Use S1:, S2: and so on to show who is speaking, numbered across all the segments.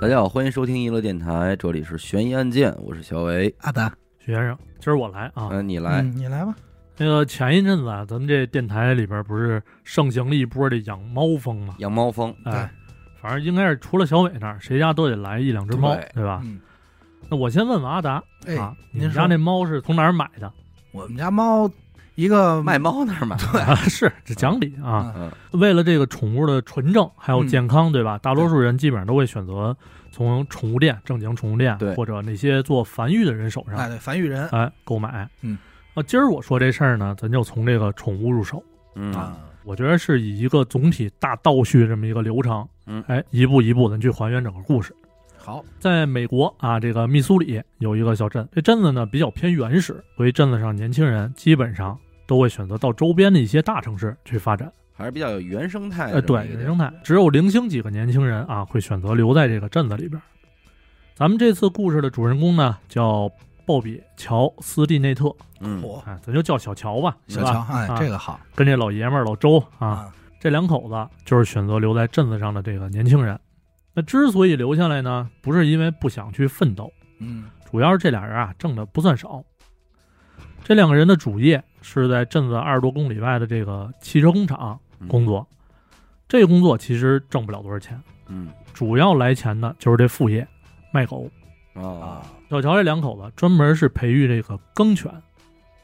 S1: 大家好，欢迎收听娱乐电台，这里是悬疑案件，我是小伟。
S2: 阿达，
S3: 许先生，今儿我来啊。
S1: 嗯，你来，
S2: 嗯你来吧。
S3: 那个前一阵子啊，咱们这电台里边不是盛行了一波这养猫风嘛？
S1: 养猫风，
S3: 哎，反正应该是除了小伟那儿，谁家都得来一两只猫，
S1: 对
S3: 对吧？
S2: 嗯，
S3: 那我先问问阿达
S2: 哎
S3: 啊，你
S2: 您
S3: 们
S2: 说
S3: 家那猫是从哪儿买的？
S2: 我们家猫一
S3: 嗯
S2: 个
S1: 卖猫那 儿买。
S2: 哎
S3: 啊，是这讲理 啊。
S1: 嗯，
S3: 为了这个宠物的纯正还有
S2: 嗯
S3: 健康，对吧？大多数人基本上都会选择从宠物店、正经宠物店
S1: 对
S3: 或者那些做繁育的人手
S2: 哎
S3: 上
S2: 对繁育人
S3: 哎购买。
S2: 嗯，
S3: 啊，今儿我说这事儿呢，咱就从这个宠物入手。
S1: 嗯，
S2: 啊，
S3: 我觉得是以一个总体大倒叙这么一个流程，
S1: 嗯
S3: 哎，一步一步的去还原整个故事。
S2: 好，
S3: 在美国啊，这个密苏里有一个小镇，这镇子呢比较偏原始，所以镇子上年轻人基本上都会选择到周边的一些大城市去发展。
S1: 还是比较有原生态
S3: 呃，
S1: 哎的这么一
S3: 对，
S1: 个
S3: 原
S1: 地儿。
S3: 生态，只有零星几个年轻人啊会选择留在这个镇子里边。咱们这次故事的主人公呢叫鲍比·乔斯蒂内特，
S1: 嗯，
S2: 我
S3: 啊，咱就叫小乔吧，
S2: 小
S3: 是吧
S2: 乔，哎
S3: 啊，
S2: 这个好
S3: 跟这老爷们儿老周啊，
S2: 啊，
S3: 这两口子就是选择留在镇子上的这个年轻人。那之所以留下来呢，不是因为不想去奋斗，
S2: 嗯，
S3: 主要是这俩人啊挣的不算少。这两个人的主业是在镇子二十多公里外的这个汽车工厂工作，这工作其实挣不了多少钱，
S1: 嗯
S3: 主要来钱的就是这副业，卖狗。
S1: 哦，
S2: 啊，
S3: 小乔这两口子专门是培育这个耕犬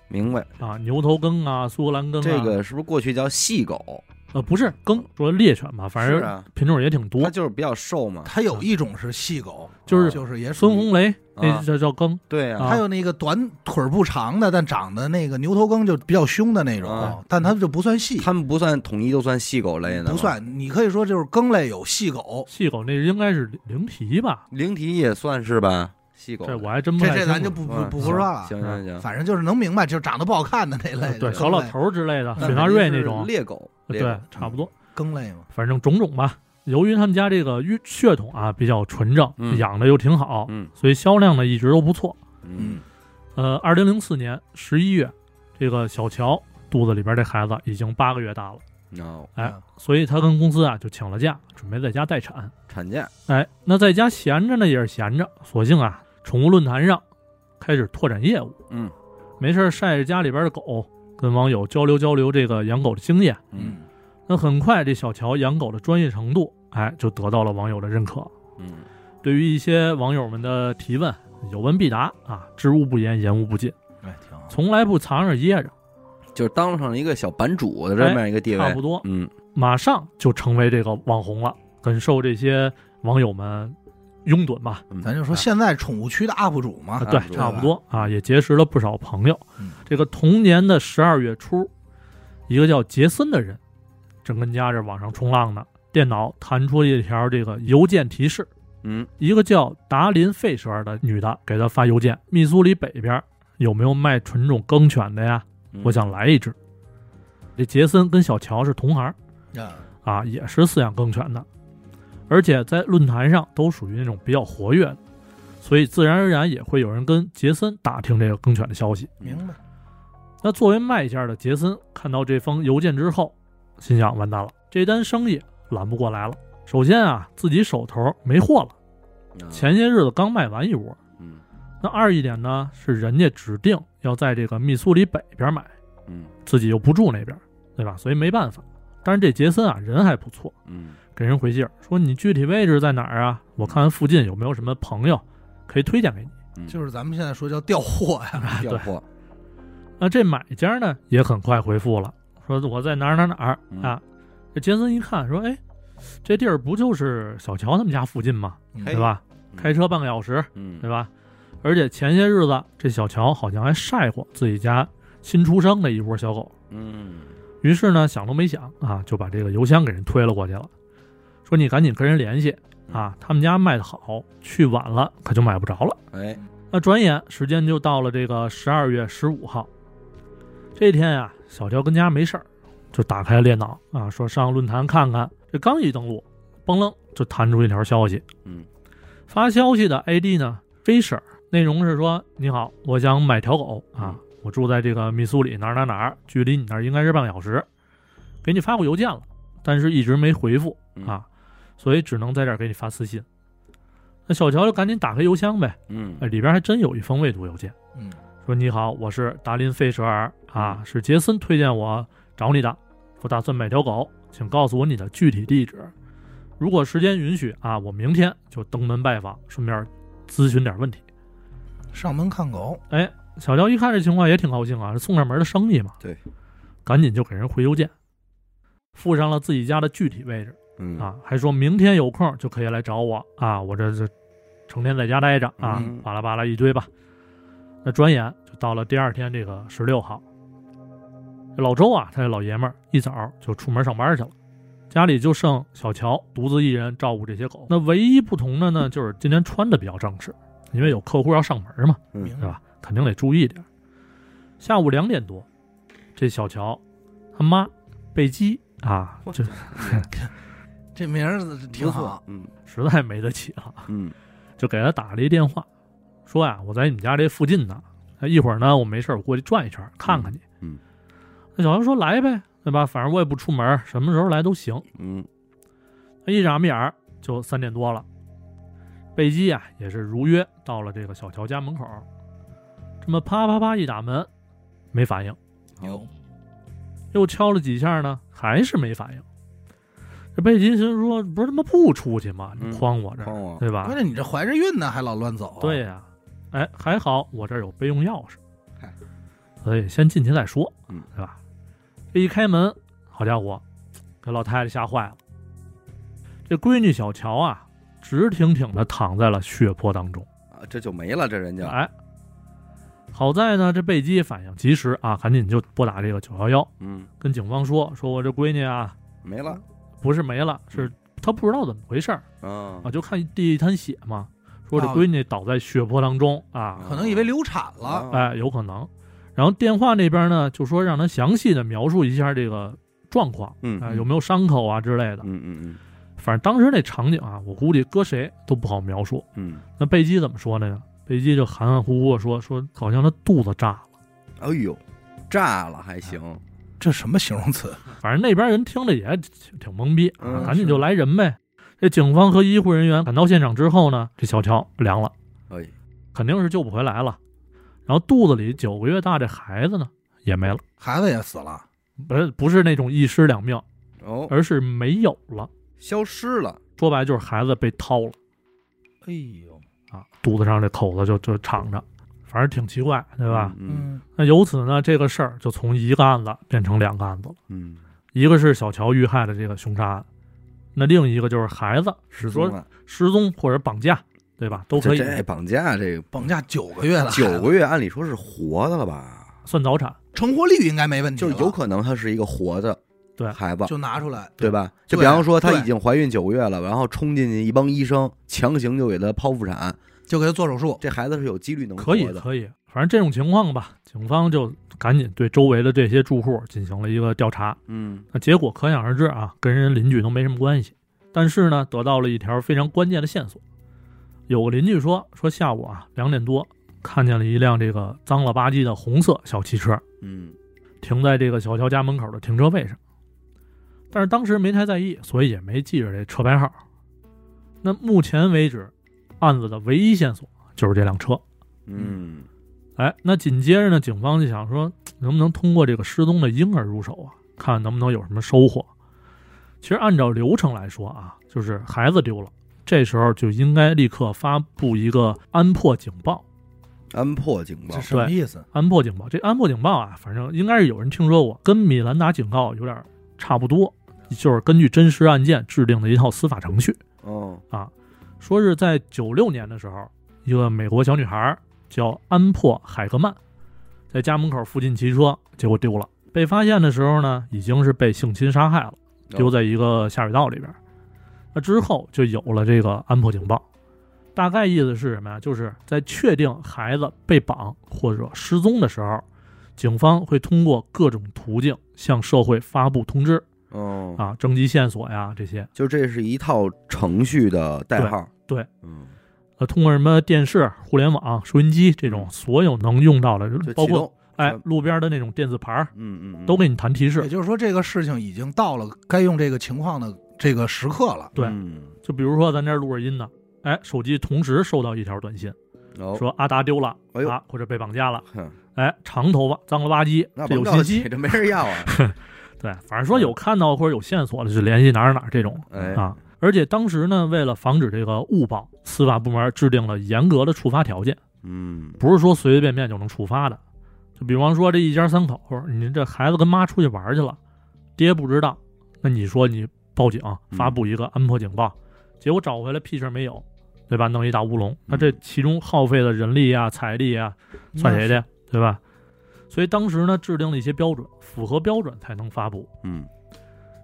S1: 明白。
S3: 啊，牛头梗啊、苏格兰梗啊，
S1: 这个是不是过去叫细狗？
S3: 呃不是耕，说猎犬吧，反
S1: 是
S3: 正
S1: 啊，
S3: 品种也挺多
S1: 它，就是比较瘦嘛。
S2: 它有一种是细狗，啊
S3: 就是
S2: 就是也属
S3: 孙
S2: 于，
S3: 红雷那
S1: 啊
S3: 叫叫耕，
S1: 对呀，
S3: 啊
S2: 还有那个短腿儿不长的，但长得那个牛头梗就比较凶的那
S1: 啊
S2: 种，但它就不算细，
S1: 他们不算统一就算细狗类的吗，
S2: 不算，你可以说就是耕类有细狗，
S3: 细狗那应该是灵缇吧？
S1: 灵缇也算是吧，细狗。
S3: 这我还真不
S2: 这
S3: 太
S2: 这
S3: 清
S2: 咱
S3: 楚
S2: 就不不
S1: 嗯
S2: 不不说
S3: 啊
S2: 了
S1: 行，行行，
S2: 反正就是能明白，就是长得不好嗯看的那类的，
S3: 嗯对
S2: 耕
S3: 小老
S2: 类
S3: 头儿之类的，
S1: 那
S3: 雪纳
S1: 肯定
S3: 瑞
S1: 是
S3: 那种，
S1: 猎狗，猎嗯
S3: 对
S1: 狗，
S3: 差不多，
S2: 耕类嘛，
S3: 反正种种吧。由于他们家这个血血统啊比较纯正
S1: 嗯，
S3: 养的又挺好，
S1: 嗯
S3: 所以销量呢一直都不错。
S1: 嗯，
S3: 呃，二零零四年十一月，这个小乔肚子里边这孩子已经八个月大了，
S1: 哦，
S3: 哎
S2: 嗯，
S3: 所以他跟公司啊就请了假，准备在家待产。
S1: 产假，
S3: 哎，那在家闲着呢也是闲着，索性啊，宠物论坛上开始拓展业务。
S1: 嗯
S3: 没事儿晒着家里边的狗，跟网友交流交流这个养狗的经验。
S1: 嗯
S3: 那很快，这小乔养狗的专业程度，哎，就得到了网友的认可。
S1: 嗯
S3: 对于一些网友们的提问，有问必答啊，知无不言，言无不尽，
S2: 哎，挺好，
S3: 从来不藏着掖着，
S1: 就是当上了一个小版主的这么样一个地位，
S3: 哎差不多，
S1: 嗯
S3: 马上就成为这个网红了，很受这些网友们拥趸吧。
S1: 嗯，
S2: 咱就说
S3: 哎
S2: 现在宠物区的 UP 主嘛
S3: 啊，，对，
S1: 差
S3: 差
S2: 不
S3: 不
S2: 多
S3: 多啊，也结识了不少朋友
S2: 嗯。
S3: 这个同年的十二月初，一个叫杰森的人，正跟家这网上冲浪呢，电脑弹出一条这个邮件提示，
S1: 嗯
S3: 一个叫达林费舍尔的女的给他发邮件，密苏里北边有没有卖纯种梗犬的呀？
S1: 嗯
S3: 我想来一只。这杰森跟小乔是同行
S1: 嗯
S2: 啊
S3: 啊，也是饲养梗犬的，而且在论坛上都属于那种比较活跃的，所以自然而然也会有人跟杰森打听这个梗犬的消息。
S2: 明白。
S3: 那作为卖家的杰森看到这封邮件之后，心想完蛋了，这单生意揽不过来了。首先啊，自己手头没货了，
S1: 啊
S3: 前些日子刚卖完一窝。
S1: 嗯
S3: 那二一点呢，是人家指定要在这个密苏里北边买，
S1: 嗯
S3: 自己又不住那边，对吧？所以没办法。但是这杰森啊，人还不错，
S1: 嗯
S3: 给人回信儿说你具体位置在哪儿啊？我看附近有没有什么朋友可以推荐给你。
S1: 嗯，
S2: 就是咱们现在说叫调货呀，
S3: 啊
S1: 调
S3: 对，
S1: 货，
S3: 那这买家呢也很快回复了，说我在哪儿哪儿哪儿
S1: 嗯
S3: 啊。这杰森一看说，哎，这地儿不就是小乔他们家附近吗？
S2: 嗯
S3: 对吧？
S1: 嗯
S3: 开车半个小时，
S1: 嗯
S3: 对吧？而且前些日子这小乔好像还晒过自己家新出生的一窝小狗，
S1: 嗯
S3: 于是呢想都没想啊，就把这个邮箱给人推了过去了，说你赶紧跟人联系啊，他们家卖的好，去晚了可就买不着了。
S1: 哎
S3: 那转眼时间就到了这个十二月十五号，这一天呀、小乔跟家没事儿，就打开电脑啊，说上论坛看看。这刚一登录，嘣楞就弹出一条消息，
S1: 嗯
S3: 发消息的 ID 呢 Fisher，内容是说：“你好，我想买条狗啊
S1: 嗯，
S3: 我住在这个密苏里哪儿哪儿哪儿，距离你那儿应该是半个小时，给你发过邮件了，但是一直没回复
S1: 嗯
S3: 啊，所以只能在这儿给你发私信。”那小乔就赶紧打开邮箱呗，
S1: 嗯
S3: 哎，里边还真有一封未读邮件，
S2: 嗯
S3: 说你好，我是达林费舍尔啊，是杰森推荐我找你的，我打算买条狗，请告诉我你的具体地址。如果时间允许啊，我明天就登门拜访，顺便咨询点问题。
S2: 上门看狗，
S3: 哎，小乔一看这情况也挺高兴啊，是送上门的生意嘛。
S1: 对，
S3: 赶紧就给人回邮件，附上了自己家的具体位置
S1: 嗯
S3: 啊，还说明天有空就可以来找我啊，我这这成天在家待着啊
S1: 嗯，
S3: 巴拉巴拉一堆吧。那转眼就到了第二天这个十六号，这老周啊，他这老爷们儿一早就出门上班去了。家里就剩小乔独自一人照顾这些狗。那唯一不同的呢，就是今天穿的比较正式，因为有客户要上门嘛。
S1: 嗯
S2: 明
S3: 对
S2: 白？
S3: 吧？肯定得注意点儿。下午两点多，这小乔他妈贝基啊，
S1: 我
S3: 这
S2: 这名儿挺好，
S1: 嗯
S3: 实在没得起了，
S1: 嗯
S3: 就给他打了一电话，说呀，我在你们家这附近呢，那一会儿呢，我没事儿，我过去转一圈儿，看看你。
S1: 嗯嗯
S3: 那小乔说来呗，对吧？反正我也不出门儿，什么时候来都行。
S1: 嗯
S3: 一眨眼儿就三点多了，贝基啊也是如约到了这个小乔家门口儿，这么啪啪啪一打门，没反应。
S2: 牛，
S3: 又敲了几下呢，还是没反应。这贝金心说：“不是他妈不出去吗？
S1: 嗯
S3: 你诓我这儿，
S1: 帮我
S3: 对吧
S2: 关？键你这怀着孕呢，还老乱走，啊
S3: 对，呀、哎，还好我这儿有备用钥匙
S2: 嗨，
S3: 所以先进去再说，
S1: 嗯
S3: 对吧？这一开门，好家伙，给老太太吓坏了。这闺女小乔啊，直挺挺的躺在了血泊当中。
S1: 啊，这就没了，这人家
S3: 哎，好在呢，这贝基反应及时啊，赶紧就拨打这个九幺幺，
S1: 嗯
S3: 跟警方说：说我这闺女啊，
S1: 没了
S3: 不是没了，是他不知道怎么回事儿
S1: 啊
S3: 啊，，就看地一滩血嘛，说这闺女倒在血泊当中啊，
S2: 可能以为流产了，
S1: 啊
S3: 哎，有可能。然后电话那边呢，就说让他详细的描述一下这个状况，
S1: 嗯
S3: 啊，
S2: 嗯
S3: 有没有伤口啊之类的。
S1: 嗯嗯
S3: 反正当时那场景啊，我估计搁谁都不好描述。
S1: 嗯
S3: 那贝基怎么说的呢？贝基就含含糊糊地说说，好像他肚子炸了。
S1: 嗯，哎呦，炸了还行，
S3: 啊
S2: 这什么形容词？
S3: 反正那边人听着也挺挺懵逼，
S1: 嗯
S3: 赶紧就来人呗。这警方和医护人员赶到现场之后呢，这小乔凉了。
S1: 哎，
S3: 肯定是救不回来了。然后肚子里九个月大这孩子呢也没了，
S2: 孩子也死了，
S3: 不是不是那种一尸两命，
S1: 哦，
S3: 而是没有了。
S1: 消失了，
S3: 说白了就是孩子被掏了
S2: 哎呦，
S3: 啊，肚子上这口子就就敞着，反正挺奇怪，对吧？
S1: 嗯
S3: 那由此呢，这个事儿就从一个案子变成两个案子了，
S1: 嗯，
S3: 一个是小乔遇害的这个凶杀案，那另一个就是孩子
S1: 失
S3: 踪
S1: 了，
S3: 失踪或者绑架，对吧？都可以
S1: 啊这绑架这个
S2: 绑架九个月 了，
S1: 九个月，按理说是活的了吧？
S3: 算早产，
S2: 成活率应该没问题
S1: 就
S2: 了，
S1: 是有可能他是一个活的
S3: 对
S1: 孩子，
S2: 就拿出来，
S1: 对吧？
S2: 对
S1: 就比方说她
S2: 对
S1: 已经怀孕九个月了，然后冲进去一帮医生强行就给她剖腹产，
S2: 就给他做手术，
S1: 这孩子是有几率能
S3: 可以
S1: 活的。
S3: 可以，反正这种情况吧，警方就赶紧对周围的这些住户进行了一个调查。
S1: 嗯
S3: 那结果可想而知啊，跟人邻居都没什么关系。但是呢，得到了一条非常关键的线索，有个邻居说说下午啊两点多看见了一辆这个脏了吧唧的红色小汽车
S1: 嗯
S3: 停在这个小乔家门口的停车位上，但是当时没太在意，所以也没记着这车牌号。那目前为止，案子的唯一线索就是这辆车。
S1: 嗯
S3: 哎，那紧接着呢，警方就想说，能不能通过这个失踪的婴儿入手啊，看能不能有什么收获。其实按照流程来说啊，就是孩子丢了，这时候就应该立刻发布一个安破警报。
S1: 安破警报
S2: 这，什么意思？
S3: 安破警报，这安破警报啊，反正应该是有人听说过，跟米兰达警告有点差不多，就是根据真实案件制定的一套司法程序。
S1: 哦，
S3: 说是在九六年的时候，一个美国小女孩叫安珀·海格曼，在家门口附近骑车，结果丢了。被发现的时候呢，已经是被性侵杀害了，丢在一个下水道里边。那之后就有了这个安珀警报，大概意思是什么呀？就是在确定孩子被绑或者失踪的时候，警方会通过各种途径向社会发布通知
S1: 哦，
S3: 啊，征集线索呀这些。
S1: 就这是一套程序的代号，
S3: 对对
S1: 嗯，
S3: 呃，通过什么电视、互联网、收音机这种
S1: 嗯
S3: 所有能用到的，
S1: 就
S3: 包
S1: 启
S3: 括
S1: 动，
S3: 哎
S1: 全
S3: 路边的那种电子牌儿，
S1: 嗯嗯，嗯
S3: 都给你弹提
S2: 也
S3: 示。
S2: 就是说，这个事情已经到了该用这个情况的这个时刻了。
S3: 对
S1: 嗯
S3: 就比如说咱这儿录着音呢，哎，手机同时收到一条短信，
S1: 哦，
S3: 说阿达丢了、
S1: 哎呦
S3: 啊，或者被绑架了，
S1: 哼，
S3: 哎，长头发，脏了吧唧
S1: 那，
S3: 这有
S1: 甭
S3: 信
S1: 着
S3: 息
S1: 急，，这没人要啊。
S3: 对，反正说有看到或者有线索的，就联系哪儿哪儿这种
S1: 哎，
S3: 啊。而且当时呢，为了防止这个误报，司法部门制定了严格的处罚条件，
S1: 嗯，
S3: 不是说随随便便就能处罚的。就比方说这一家三口，你这孩子跟妈出去玩去了，爹不知道，那你说你报警发布一个安破警报，结果找回来屁事儿没有，对吧？弄一大乌龙，那这其中耗费的人力啊、财力啊，算谁的呀？对吧？所以当时呢，制定了一些标准，符合标准才能发布。
S1: 嗯，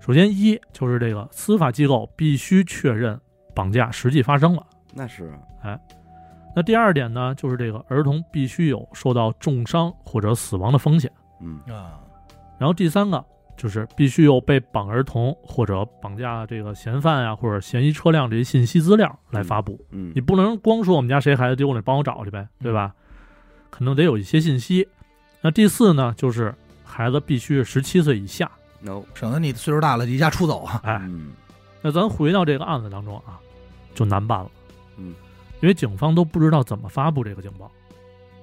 S3: 首先一就是这个司法机构必须确认绑架实际发生了。
S1: 那是啊，
S3: 那第二点呢，就是这个儿童必须有受到重伤或者死亡的风险。
S1: 嗯，
S2: 啊，
S3: 然后第三个就是必须有被绑儿童或者绑架这个嫌犯呀、或者嫌疑车辆这些信息资料来发布。
S1: 嗯
S3: 你，不能光说我们家谁孩子丢了，你帮我找去呗，对吧？
S1: 嗯
S3: 肯定得有一些信息。那第四呢，就是孩子必须是十七岁以下。
S1: no，
S2: 省得你岁数大了离家出走啊。
S3: 哎，
S1: 嗯，
S3: 那咱回到这个案子当中啊，就难办了。
S1: 嗯，
S3: 因为警方都不知道怎么发布这个警报，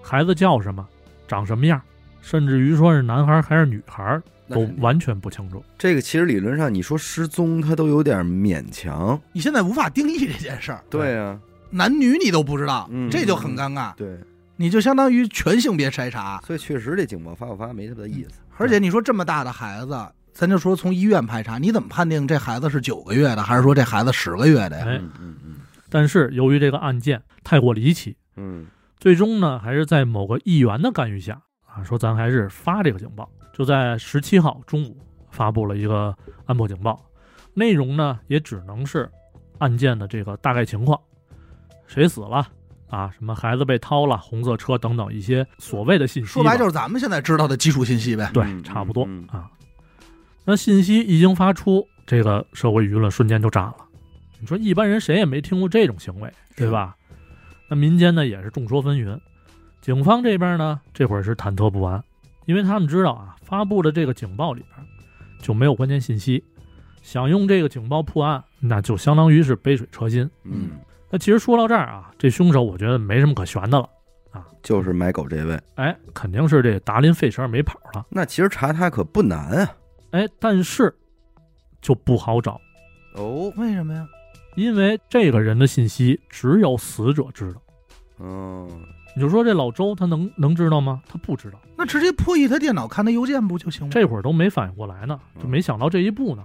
S3: 孩子叫什么，长什么样，甚至于说是男孩还是女孩
S1: 那
S3: 都
S1: 肯定
S3: 完全不清楚。
S1: 这个其实理论上你说失踪，它都有点勉强。
S2: 你现在无法定义这件事儿，
S1: 对啊，
S2: 男女你都不知道，
S1: 嗯
S2: 这就很尴尬。
S1: 对，
S2: 你就相当于全性别筛查，
S1: 所以确实这警报发不发没什么的意思。
S2: 而且你说这么大的孩子，咱就说从医院排查，你怎么判定这孩子是九个月的，还是说这孩子十个月的呀？
S3: 哎，
S1: 嗯嗯嗯
S3: 但是由于这个案件太过离奇，
S1: 嗯，
S3: 最终呢还是在某个议员的干预下啊，说咱还是发这个警报，就在十七号中午发布了一个安保警报，内容呢也只能是案件的这个大概情况，谁死了啊，什么孩子被掏了，红色车等等一些所谓的信息吧。
S2: 说白就是咱们现在知道的基础信息呗。
S3: 哎对，
S1: 嗯
S3: 差不多、
S1: 嗯
S3: 啊。那信息一经发出，这个社会舆论瞬间就炸了。你说一般人谁也没听过这种行为，对吧？那民间呢也是众说纷纭，警方这边呢这会儿是忐忑不安，因为他们知道啊，发布的这个警报里边就没有关键信息，想用这个警报破案，那就相当于是杯水车薪。
S1: 嗯，
S3: 那其实说到这儿啊，这凶手我觉得没什么可悬的了，
S1: 就是买狗这位，
S3: 哎，肯定是这达林费舍尔没跑了。
S1: 那其实查他可不难啊。
S3: 哎，但是就不好找，
S1: 哦，
S2: 为什么呀？
S3: 因为这个人的信息只有死者知道。
S1: 嗯，
S3: 你就说这老周他能能知道吗？他不知道，
S2: 那直接破译他电脑看他邮件不就行吗？
S3: 这会儿都没反应过来呢，就没想到这一步呢。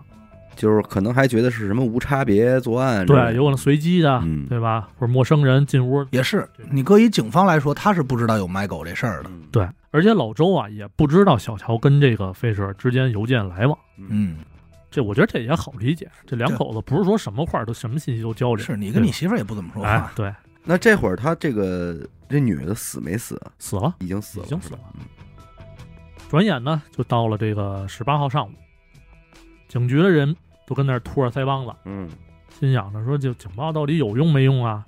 S1: 就是可能还觉得是什么无差别作案之类的，
S3: 对，有可能随机的，
S1: 嗯
S3: 对吧？或者陌生人进屋，
S2: 也是，你搁一警方来说，他是不知道有卖狗这事儿的。
S1: 嗯，
S3: 对。而且老周啊也不知道小乔跟这个费舍尔之间邮件来往，
S2: 嗯，
S3: 这我觉得这也好理解。这两
S2: 对
S3: 口子不是说什么话都什么信息都交流，
S2: 是你跟你媳妇儿也不怎么说
S3: 对吧
S2: 话
S3: 哎，，对，
S1: 那这会儿他这个这女的死没死啊？
S3: 死了。
S1: 已经死了，
S3: 已经
S1: 是
S3: 死
S1: 吧
S3: 了。转眼呢，就到了这个十八号上午，警局的人都跟那儿托着腮帮子，
S1: 嗯
S3: 心想着说：“这警报到底有用没用啊？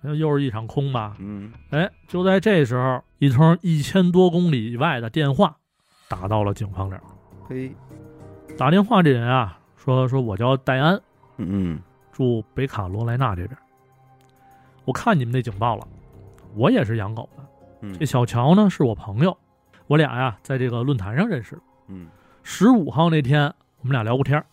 S3: 那又是一场空吧
S1: 嗯，？”
S3: 哎，就在这时候，一通一千多公里以外的电话打到了警方这儿。
S1: 嘿，
S3: 打电话这人啊，说：“说我叫戴安，
S1: 嗯
S3: 住北卡罗来纳这边。我看你们那警报了，我也是养狗的。
S1: 嗯
S3: 这小乔呢是我朋友，我俩呀、在这个论坛上认识的。
S1: 嗯
S3: 十五号那天，我们俩聊过天儿，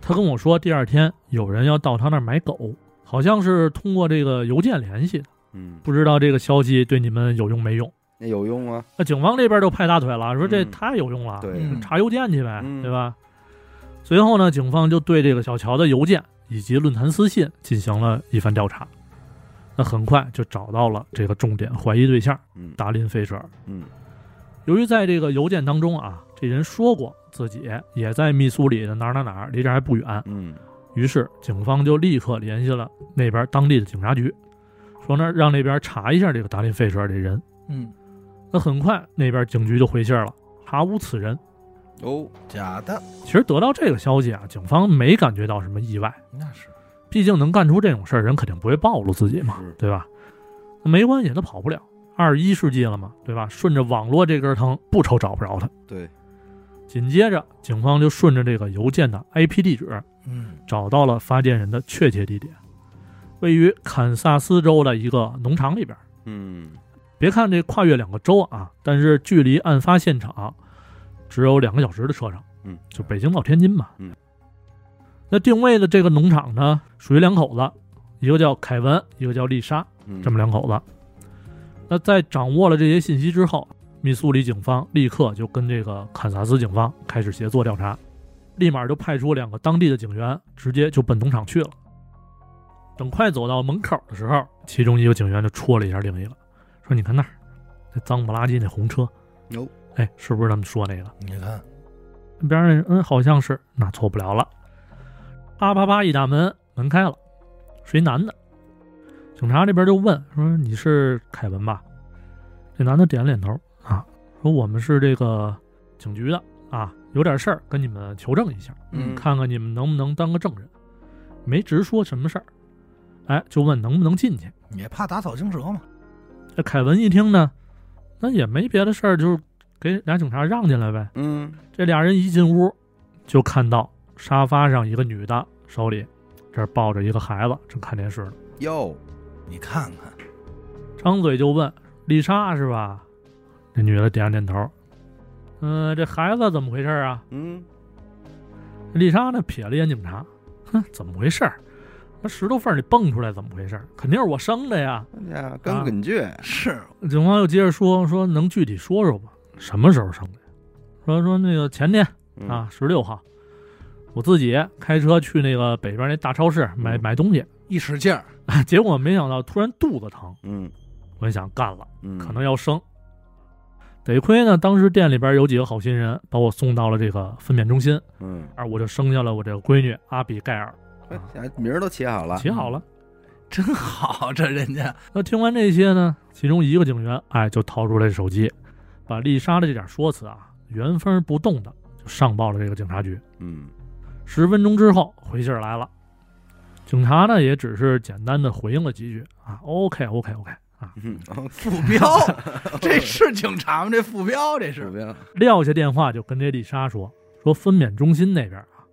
S3: 他跟我说第二天有人要到他那儿买狗，好像是通过这个邮件联系的，
S1: 嗯，
S3: 不知道这个消息对你们有用没用。
S1: 那有用吗？
S3: 那警方这边就拍大腿了，说这
S1: 嗯
S3: 太有用了，
S1: 对
S2: 嗯
S3: 查邮件去呗，
S1: 嗯
S3: 对吧？随后呢，警方就对这个小乔的邮件以及论坛私信进行了一番调查，那很快就找到了这个重点怀疑对象
S1: 嗯
S3: 达林费舍尔。
S1: 嗯
S3: 由于在这个邮件当中啊，这人说过自己也在密苏里的哪儿哪儿哪儿，离这儿还不远，
S1: 嗯
S3: 于是警方就立刻联系了那边当地的警察局，说那让那边查一下这个达林费舍尔这人。
S2: 嗯，
S3: 那很快那边警局就回信儿了，查无此人。
S1: 哦，
S2: 假的，
S3: 其实得到这个消息啊，警方没感觉到什么意外，
S2: 那是
S3: 毕竟能干出这种事儿，人肯定不会暴露自己嘛
S1: 是，
S3: 对吧？那没关系，他跑不了。二十一世纪了嘛，对吧？顺着网络这根藤，不愁找不着他。
S1: 对，
S3: 紧接着，警方就顺着这个邮件的 IP 地址
S2: 嗯，
S3: 找到了发件人的确切地点，位于堪萨斯州的一个农场里边。
S1: 嗯
S3: 别看这跨越两个州啊，但是距离案发现场只有两个小时的车程。
S1: 嗯，
S3: 就北京到天津嘛。
S1: 嗯，
S3: 那定位的这个农场呢，属于两口子，一个叫凯文，一个叫丽莎，
S1: 嗯
S3: 这么两口子。那在掌握了这些信息之后，密苏里警方立刻就跟这个堪萨斯警方开始协作调查，立马就派出两个当地的警员，直接就奔农场去了。等快走到门口的时候，其中一个警员就戳了一下另一个，说：“你看那儿，那脏不拉几那红车，
S1: 哟
S3: 哎，是不是他们说那个？”
S2: 你看，
S3: 那边儿那人嗯，好像是，那错不了了。啪啪啪一打门，门开了，是一男的。警察这边就问说：“你是凯文吧？”这男的点了点头啊，说：“我们是这个警局的啊，有点事儿跟你们求证一下，
S1: 嗯
S3: 看看你们能不能当个证人。”没直说什么事儿，哎，就问能不能进去。
S2: 也怕打草惊蛇嘛。
S3: 这凯文一听呢，那也没别的事儿，就是给俩警察让进来呗。
S1: 嗯
S3: 这俩人一进屋，就看到沙发上一个女的手里这儿抱着一个孩子，正看电视呢，
S1: 哟，
S2: 你看看，
S3: 张嘴就问：“丽莎是吧？”这女的点了点头。嗯、这孩子怎么回事啊？
S1: 嗯
S3: 丽莎呢瞥了一眼警察，哼，怎么回事儿？那石头缝里蹦出来怎么回事儿？肯定是我生的呀！
S1: 那家
S3: 啊
S1: 跟滚倔，
S2: 是
S3: 警方又接着说：“说能具体说说吗？什么时候生的呀？”说说那个前天
S1: 嗯
S3: 啊，十六号，我自己开车去那个北边那大超市买
S1: 嗯
S3: 买东西，
S2: 一使劲儿，
S3: 结果没想到突然肚子疼，
S1: 嗯
S3: 我就想干了，
S1: 嗯，
S3: 可能要生。得亏呢，当时店里边有几个好心人把我送到了这个分娩中心，
S1: 嗯，
S3: 而我就生下了我这个闺女阿比盖尔，
S1: 哎现在名儿都起好了，
S3: 啊起好了。
S2: 真好，这人家
S3: 那听完这些呢，其中一个警员哎就掏出来手机，把丽莎的这点说辞啊原封不动的就上报了这个警察局。
S1: 嗯
S3: 十分钟之后回信儿来了，警察呢也只是简单的回应了几句啊，OK OK OK 啊，
S1: 嗯，哦
S2: 副标，这是警察吗？这副标这
S1: 鼠
S2: 是
S1: 标，
S3: 撂下电话就跟这丽莎说说分娩中心那边啊，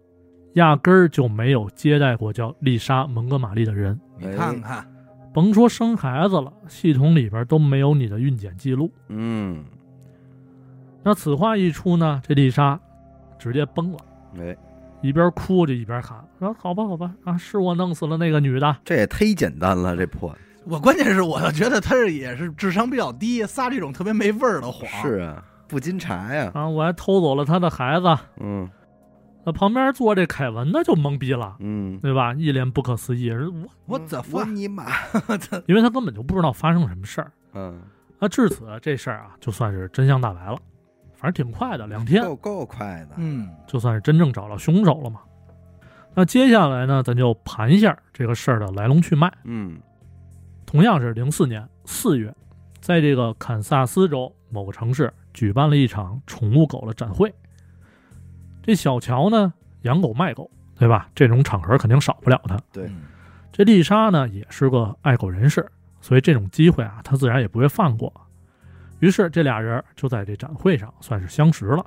S3: 压根儿就没有接待过叫丽莎蒙哥马利的人，
S2: 你看看，
S3: 甭说生孩子了，系统里边都没有你的孕检记录。
S1: 嗯，
S3: 那此话一出呢，这丽莎直接崩了，
S1: 哎，
S3: 一边哭就一边喊说好吧好吧啊，是我弄死了那个女的，
S1: 这也忒简单了，这破
S2: 我关键是我就觉得他是也是智商比较低，撒这种特别没味儿的谎。
S1: 是啊，不禁茶呀，
S3: 啊，我还偷走了她的孩子。
S1: 嗯
S3: 那旁边坐这凯文呢就懵逼了，
S1: 嗯，
S3: 对吧？一脸不可思议，人我
S2: 我怎
S1: 我
S2: 么
S1: 尼玛，
S3: 因为他根本就不知道发生什么事儿。
S1: 嗯，
S3: 那至此这事儿啊，就算是真相大白了，反正挺快的，两天
S1: 够够快的，
S2: 嗯，
S3: 就算是真正找到凶手了嘛。那接下来呢，咱就盘一下这个事儿的来龙去脉。
S1: 嗯
S3: 同样是零四年四月，在这个堪萨斯州某个城市举办了一场宠物狗的展会。这小乔呢，养狗卖狗，对吧？这种场合肯定少不了他。
S1: 对
S2: 嗯，
S3: 这丽莎呢也是个爱狗人士，所以这种机会啊，她自然也不会放过。于是这俩人就在这展会上算是相识了。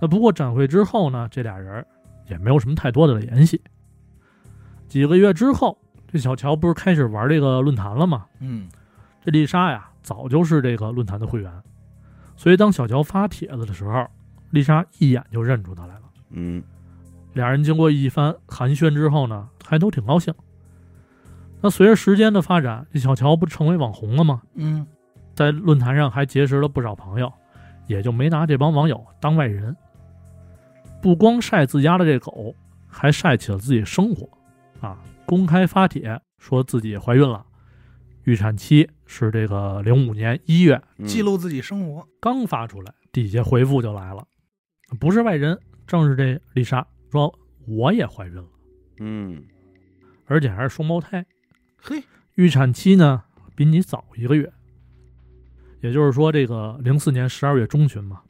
S3: 那不过展会之后呢，这俩人也没有什么太多的联系。几个月之后，这小乔不是开始玩这个论坛了吗？
S2: 嗯，
S3: 这丽莎呀，早就是这个论坛的会员，所以当小乔发帖子的时候，丽莎一眼就认出他来了。
S1: 嗯
S3: 俩人经过一番寒暄之后呢，还都挺高兴。那随着时间的发展，这小乔不成为网红了吗？
S2: 嗯，
S3: 在论坛上还结识了不少朋友，也就没拿这帮网友当外人。不光晒自家的这狗，还晒起了自己生活，啊，公开发帖说自己怀孕了，预产期是这个零五年一月，
S1: 嗯
S2: 记录自己生活，
S3: 刚发出来，底下回复就来了，不是外人，正是这丽莎说我也怀孕了。
S1: 嗯
S3: 而且还是双胞胎，
S2: 嘿，
S3: 预产期呢比你早一个月，也就是说这个零四年十二月中旬嘛。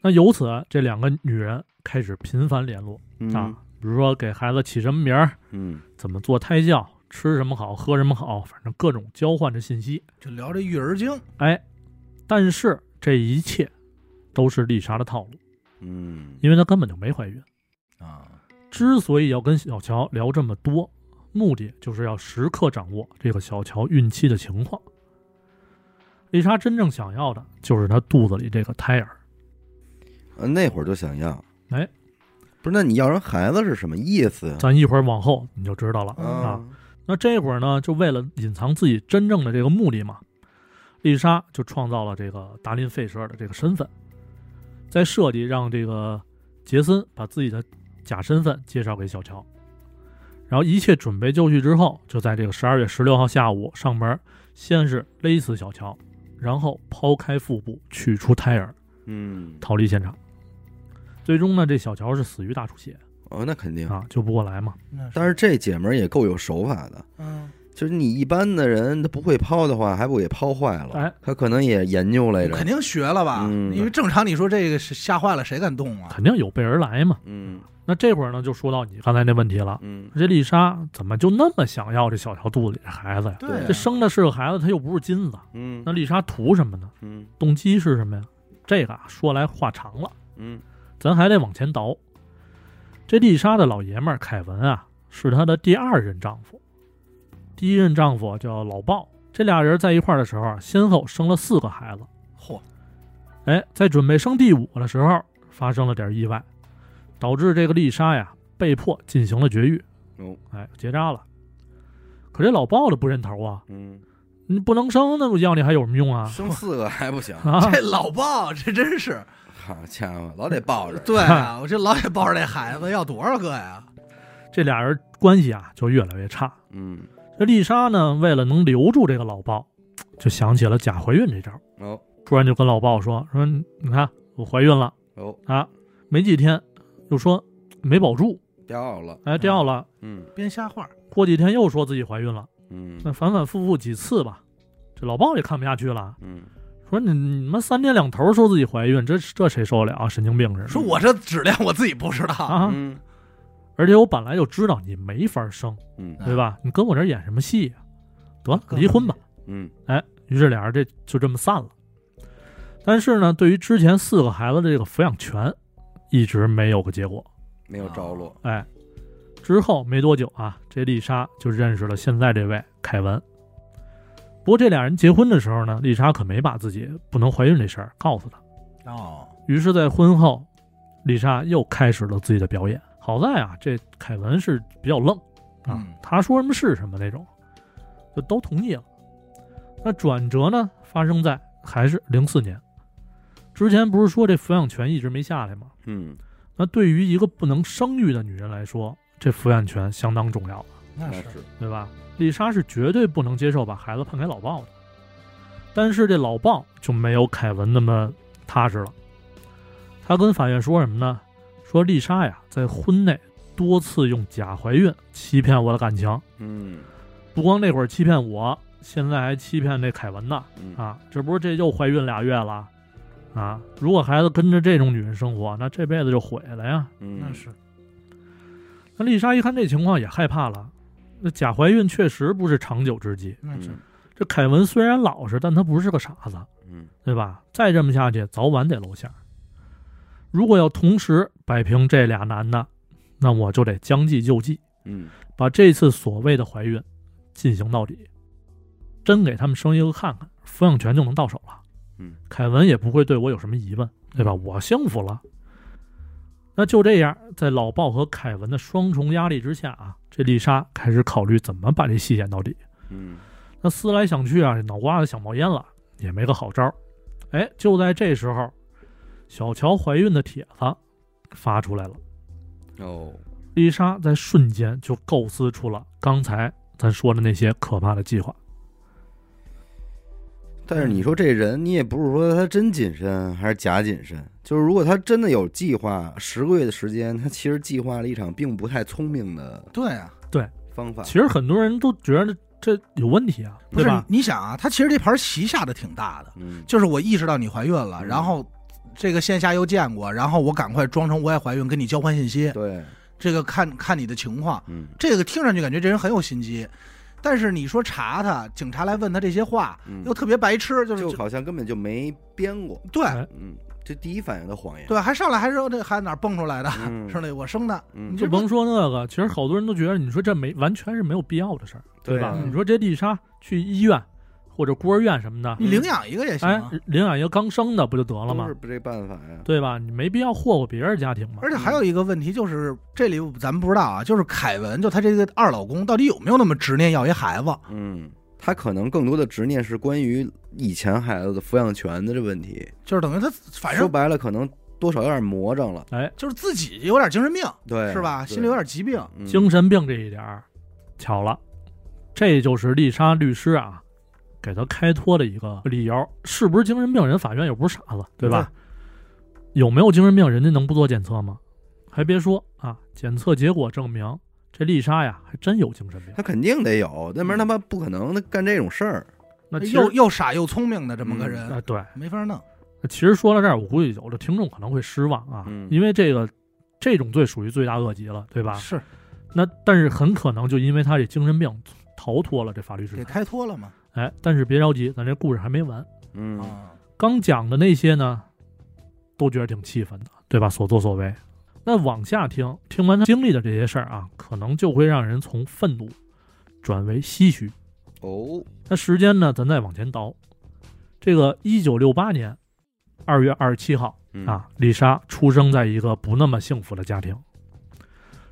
S3: 那由此啊这两个女人开始频繁联络
S1: 嗯
S3: 啊，比如说给孩子起什么名儿，
S1: 嗯
S3: 怎么做胎教，吃什么好，喝什么好，反正各种交换着信息。
S2: 就聊这育儿经，
S3: 哎，但是这一切都是丽莎的套路，
S1: 嗯
S3: 因为她根本就没怀孕。
S2: 啊，
S3: 之所以要跟小乔聊这么多，目的就是要时刻掌握这个小乔孕期的情况。丽莎真正想要的就是她肚子里这个胎儿。
S1: 呃那会儿就想要。
S3: 哎，
S1: 不是，那你要人孩子是什么意思呀？
S3: 咱一会儿往后你就知道了
S2: 嗯
S3: 啊。，那这会儿呢，就为了隐藏自己真正的这个目的嘛，丽莎就创造了这个达林费舍尔的这个身份，在设计让这个杰森把自己的假身份介绍给小乔，然后一切准备就绪之后，就在这个十二月十六号下午上门，先是勒死小乔，然后剖开腹部取出胎儿，
S1: 嗯，
S3: 逃离现场。最终呢，这小乔是死于大出血
S1: 哦，那肯定。
S3: 啊，救不过来嘛。
S2: 那
S1: 但是这姐们儿也够有手法的，
S2: 嗯，
S1: 就是你一般的人他不会抛的话，还不给抛坏了？
S3: 哎，
S1: 他可能也研究来着。
S2: 肯定学了吧？
S1: 嗯
S2: 因为正常你说这个是吓坏了谁敢动啊？
S3: 肯定有备而来嘛。
S1: 嗯
S3: 那这会儿呢，就说到你刚才那问题了。
S1: 嗯，
S3: 这丽莎怎么就那么想要这小乔肚子里的孩子呀？
S1: 对啊
S3: 这生的是个孩子，他又不是金子，
S1: 嗯
S3: 那丽莎图什么呢？
S1: 嗯
S3: 动机是什么呀？这个啊，说来话长了，
S1: 嗯
S3: 咱还得往前倒。这丽莎的老爷们儿凯文啊，是她的第二任丈夫，第一任丈夫叫老鲍。这俩人在一块儿的时候啊，先后生了四个孩子。
S2: 嚯，
S3: 哎，在准备生第五个的时候，发生了点意外，导致这个丽莎呀被迫进行了绝育
S1: 哦。
S3: 哎，结扎了。可这老鲍的不认头啊，
S1: 嗯，
S3: 你不能生，那我要你还有什么用 啊？
S1: 生四个还不行，
S3: 啊，
S2: 这老鲍这真是，
S1: 好家伙，老得抱 着。
S2: 对啊，我这老得抱着这孩子，要多少个呀？
S3: 这俩人关系啊就越来越差。
S1: 嗯，
S3: 这丽莎呢，为了能留住这个老鲍，就想起了假怀孕这招，
S1: 哦
S3: 突然就跟老鲍说说，你看我怀孕了
S1: 哦，
S3: 啊，没几天，又说没保住，
S1: 掉了。
S3: 哎掉了，
S1: 嗯
S2: 编瞎话，
S3: 过几天又说自己怀孕了。
S1: 嗯
S3: 那反反复复几次吧，这老鲍也看不下去了，
S1: 嗯，
S3: 说你你们三天两头说自己怀孕，这这谁受得了啊？神经病似的。
S2: 说我这质量我自己不知道，
S3: 啊，
S1: 嗯
S3: 而且我本来就知道你没法生，
S1: 嗯
S3: 对吧？你跟我这儿演什么戏呀、得了，
S2: 更
S3: 离婚吧。
S1: 嗯
S3: 于是俩人这就这么散了。但是呢，对于之前四个孩子的这个抚养权，一直没有个结果。
S1: 没有着落。
S3: 哎，之后没多久啊，这丽莎就认识了现在这位凯文。不过这俩人结婚的时候呢，丽莎可没把自己不能怀孕这事儿告诉他。
S2: 哦，
S3: 于是，在婚后，丽莎又开始了自己的表演。好在啊，这凯文是比较愣啊，
S2: 嗯
S3: 他说什么是什么那种，就都同意了。那转折呢，发生在还是零四年。之前不是说这抚养权一直没下来吗？
S1: 嗯
S3: 那对于一个不能生育的女人来说，这抚养权相当重要，
S2: 那
S1: 那
S2: 是
S1: 是
S3: 对吧？丽莎是绝对不能接受把孩子判给老鲍的，但是这老鲍就没有凯文那么踏实了。他跟法院说什么呢？说丽莎呀，在婚内多次用假怀孕欺骗我的感情，
S1: 嗯
S3: 不光那会儿欺骗我，现在还欺骗这凯文呢。
S1: 嗯
S3: 啊，这不是这又怀孕俩月了啊？如果孩子跟着这种女人生活，那这辈子就毁了呀。
S1: 嗯
S2: 那是，
S3: 那丽莎一看这情况也害怕了。那假怀孕确实不是长久之计。
S2: 那是
S1: 嗯
S3: 这凯文虽然老实，但他不是个傻子，
S1: 嗯
S3: 对吧？再这么下去，早晚得露馅儿。如果要同时摆平这俩男的，那我就得将计就计，
S1: 嗯
S3: 把这次所谓的怀孕进行到底，真给他们生一个看看，抚养权就能到手了。
S1: 嗯，
S3: 凯文也不会对我有什么疑问，对吧？我幸福了。那就这样，在老鲍和凯文的双重压力之下啊，这丽莎开始考虑怎么把这戏演到底。
S1: 嗯
S3: 那思来想去啊，这脑瓜子想冒烟了，也没个好招儿。哎，就在这时候，小乔怀孕的帖子发出来了。
S1: 哦，
S3: 丽莎在瞬间就构思出了刚才咱说的那些可怕的计划。
S1: 但是你说这人，你也不是说他真谨慎还是假谨慎，就是如果他真的有计划，十个月的时间，他其实计划了一场并不太聪明的
S2: 对啊，
S1: 方法。
S3: 其实很多人都觉得这有问题啊，
S2: 不
S3: 对
S2: 是
S3: 吧？
S2: 你想啊，他其实这盘棋下的挺大的，
S1: 嗯
S2: 就是我意识到你怀孕了，
S1: 嗯
S2: 然后这个线下又见过，然后我赶快装成我也怀孕，跟你交换信息，
S1: 对，
S2: 这个看看你的情况。
S1: 嗯
S2: 这个听上去感觉这人很有心机，但是你说查他，警察来问他这些话，
S1: 嗯
S2: 又特别白痴，就是
S1: 就好像根本就没编过，
S2: 对
S3: 哎
S1: 嗯，这第一反应的谎言，
S2: 对，还上来还说这孩子哪儿蹦出来的，
S1: 嗯
S2: 是那我生的，
S1: 嗯
S2: 你
S3: 就
S2: 这
S3: 甭说那个，其实好多人都觉得，你说这没完全是没有必要的事儿，
S1: 对
S3: 吧？
S1: 啊
S3: 你说这丽莎去医院或者孤儿院什么的，
S2: 你领养一个也行
S3: 哎
S2: 啊。，
S3: 领养一个刚生的不就得了
S1: 都
S3: 吗
S1: 是？这办法呀，
S3: 对吧？你没必要霍霍别人家庭嘛。
S2: 而且还有一个问题就是，这里咱们不知道啊，就是凯文，就他这个二老公到底有没有那么执念要一孩子？
S1: 嗯，他可能更多的执念是关于以前孩子的抚养权的这问题，
S2: 就是等于他反
S1: 说
S2: 正
S1: 白了，可能多少有点魔怔了，
S3: 哎，
S2: 就是自己有点精神病，
S1: 对，
S2: 是吧？
S1: 对
S2: 心里有点疾病，
S1: 嗯
S3: 精神病这一点儿，巧了，这就是丽莎律师啊给他开脱的一个理由。是不是精神病人，法院又不是傻子，对吧？有没有精神病，人家能不做检测吗？还别说啊，检测结果证明这丽莎呀还真有精神病。
S1: 他肯定得有，那门他妈不可能干这种事儿，
S3: 那其实
S2: 又又傻又聪明的这么个
S3: 啊、
S2: 人，
S3: 对，
S2: 没法弄。
S3: 其实说到这儿，我估计有的听众可能会失望啊，
S1: 嗯
S3: 因为这个这种罪属于罪大恶极了，对吧？
S2: 是
S3: 那但是很可能就因为他这精神病逃脱了这法律制
S2: 给
S3: 裁。
S2: 开脱了嘛？
S3: 哎，但是别着急，咱这故事还没完。
S1: 嗯
S2: 啊，
S3: 刚讲的那些呢，都觉得挺气愤的，对吧？所作所为。那往下听，听完他经历的这些事儿啊，可能就会让人从愤怒转为唏嘘。
S1: 哦，
S3: 那时间呢，咱再往前倒，这个一九六八年二月二十七号，
S1: 嗯
S3: 啊，丽莎出生在一个不那么幸福的家庭。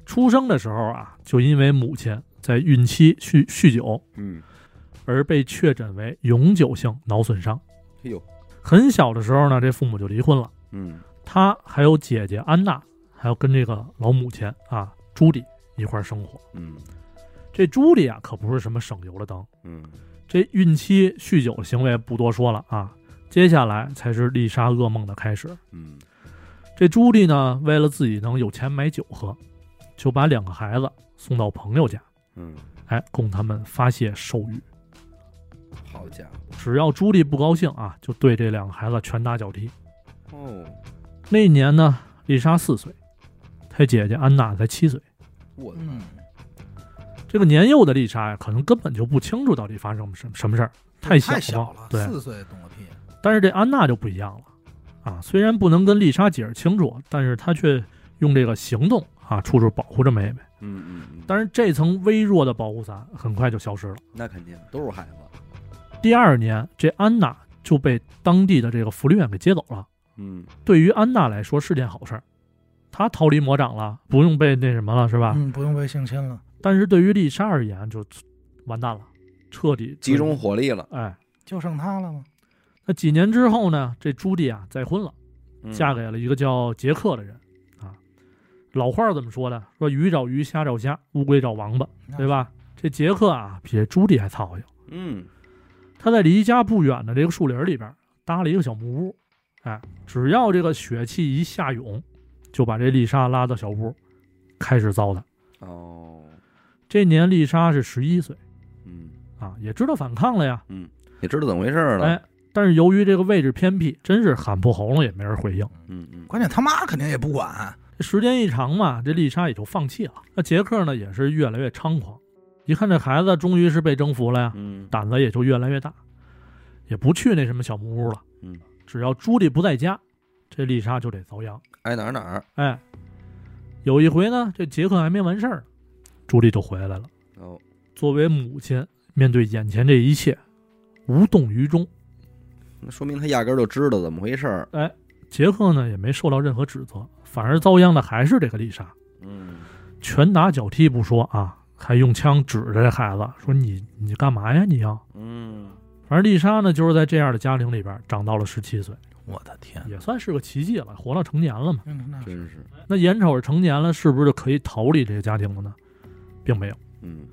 S3: 出生的时候啊，就因为母亲在孕期酗酗酒
S1: 嗯，
S3: 而被确诊为永久性脑损伤。
S1: 哎呦，
S3: 很小的时候呢，这父母就离婚了，
S1: 嗯
S3: 她还有姐姐安娜，还有跟这个老母亲啊朱莉一块儿生活。
S1: 嗯
S3: 这朱莉啊，可不是什么省油的灯。
S1: 嗯
S3: 这孕期酗酒行为不多说了啊，接下来才是丽莎噩梦的开始。
S1: 嗯
S3: 这朱莉呢，为了自己能有钱买酒喝，就把两个孩子送到朋友家，
S1: 嗯，
S3: 哎，供他们发泄兽欲。
S1: 好家
S3: 只要朱莉不高兴啊，就对这两个孩子拳打脚踢。
S1: 伙，哦，
S3: 那一年呢，丽莎四岁，她姐姐安娜才七岁。
S1: 我的妈
S2: 嗯，
S3: 这个年幼的丽莎呀，可能根本就不清楚到底发生什么什么事儿，太小
S2: 太
S3: 了。
S2: 小了，
S3: 对，
S2: 四岁懂个屁。
S3: 但是这安娜就不一样了啊，虽然不能跟丽莎解释清楚，但是她却用这个行动啊，处处保护着妹妹。
S1: 嗯嗯嗯，
S3: 但是这层微弱的保护伞很快就消失了。
S1: 那肯定都是孩子，
S3: 第二年，这安娜就被当地的这个福利院给接走了。
S1: 嗯
S3: 对于安娜来说是件好事儿，她逃离魔掌了，不用被那什么了，是吧？
S2: 嗯，不用被性侵了。
S3: 但是对于丽莎而言，就完蛋了，彻底
S1: 集中。火力了，
S3: 哎，
S2: 就剩他了吗？
S3: 那几年之后呢？这朱莉啊，再婚了，
S1: 嗯
S3: 嫁给了一个叫杰克的人啊。老话儿怎么说的？说鱼找鱼，虾找虾，乌龟找王八，对吧？这杰克啊，比这朱莉还操心。
S1: 嗯
S3: 他在离家不远的这个树林里边搭了一个小木屋，哎，只要这个血气一下涌，就把这丽莎拉到小屋，开始糟蹋。
S1: 哦，
S3: 这年丽莎是十一岁
S1: 嗯，
S3: 啊，也知道反抗了呀，
S1: 也知道怎么回事儿了，
S3: 哎，但是由于这个位置偏僻，真是喊破喉咙也没人回应。
S1: 嗯嗯，
S2: 关键他妈肯定也不管，
S3: 这时间一长嘛，这丽莎也就放弃了。那杰克呢，也是越来越猖狂，一看这孩子终于是被征服了呀，
S1: 嗯
S3: 胆子也就越来越大，也不去那什么小木屋了。
S1: 嗯，
S3: 只要朱莉不在家，这丽莎就得遭殃。
S1: 爱哪儿哪儿，
S3: 哎，有一回呢，这杰克还没完事儿呢，朱莉就回来了。
S1: 哦，
S3: 作为母亲，面对眼前这一切，无动于衷。
S1: 那说明他压根儿就知道怎么回事儿，
S3: 杰克呢，也没受到任何指责，反而遭殃的还是这个丽莎，
S1: 嗯
S3: 拳打脚踢不说啊，还用枪指着这孩子说你：“你干嘛呀？你要
S1: 嗯，？”
S3: 反正丽莎呢，就是在这样的家庭里边长到了十七岁，
S2: 我的天，
S3: 也算是个奇迹了，活到成年了嘛。
S2: 嗯，那
S1: 真是，
S3: 那眼瞅着成年了，是不是就可以逃离这个家庭了呢？并没有。
S1: 嗯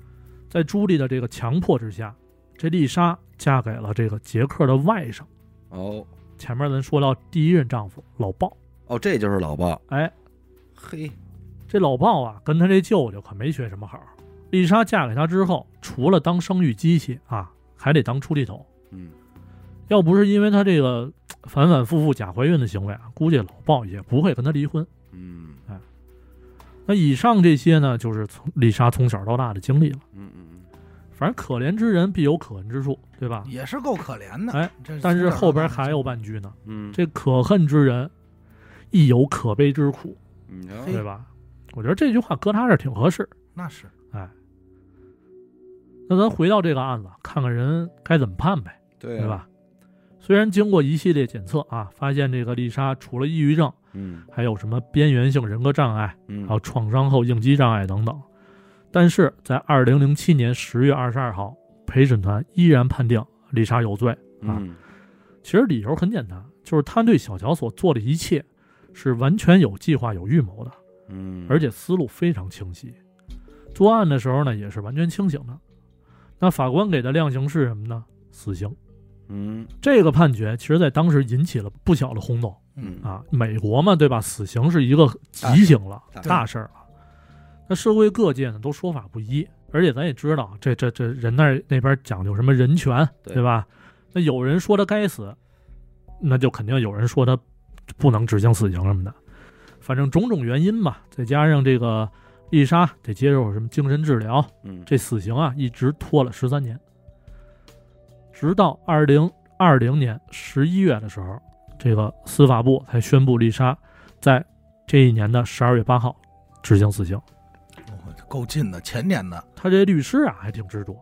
S3: 在朱莉的这个强迫之下，这丽莎嫁给了这个杰克的外甥。
S1: 哦
S3: 前面咱说到第一任丈夫老鲍，
S1: 哦，这就是老鲍，
S3: 哎，
S1: 嘿，
S3: 这老鲍啊，跟他这舅舅可没学什么好。丽莎嫁给他之后，除了当生育机器啊，还得当出气筒。
S1: 嗯
S3: 要不是因为他这个嘖反反复复假怀孕的行为啊，估计老鲍也不会跟他离婚。
S1: 嗯
S3: 那以上这些呢，就是从丽莎从小到大的经历了。
S1: 嗯嗯嗯，
S3: 反反正可怜之人必有可恨之处，对吧？
S1: 嗯
S2: 也是够可怜的。
S3: 啊哎
S2: 这
S3: 但
S2: 从
S3: 是
S2: 哪儿
S3: 后边
S2: 弄的
S3: 还有半句呢，
S1: 嗯，
S3: 这可恨之人亦有可悲之苦，
S1: 你瞧，
S3: 对吧？我觉得这句话搁他这儿挺合适。
S2: 那是
S3: 那咱回到这个案子，看看人该怎么判呗，
S1: 对
S3: 对
S1: 啊？
S3: 吧？虽然经过一系列检测啊，发现这个丽莎除了抑郁症，
S1: 嗯
S3: 还有什么边缘性人格障碍，
S1: 嗯，
S3: 还有啊创伤后应激障碍等等。但是在二零零七年十月二十二号，陪审团依然判定丽莎有罪。啊
S1: 嗯，
S3: 其实理由很简单，就是他对小乔所做的一切是完全有计划、有预谋的，
S1: 嗯，
S3: 而且思路非常清晰。作案的时候呢，也是完全清醒的。那法官给的量刑是什么呢？死刑。
S1: 嗯
S3: 这个判决其实在当时引起了不小的轰动。
S1: 嗯
S3: 啊，美国嘛，对吧？死刑是一个极刑了，
S1: 大事
S3: 大事儿了。那社会各界呢都说法不一，而且咱也知道，啊这这这人那儿那边讲究什么人权，
S1: 对
S3: 对吧？那有人说他该死，那就肯定有人说他不能执行死刑什么的。反正种种原因吧，再加上这个丽莎得接受什么精神治疗，
S1: 嗯，
S3: 这死刑啊一直拖了十三年，直到二零二零年十一月的时候，这个司法部才宣布丽莎在这一年的十二月八号执行死刑。
S2: 哦够近的，前年的
S3: 他这律师啊还挺执着，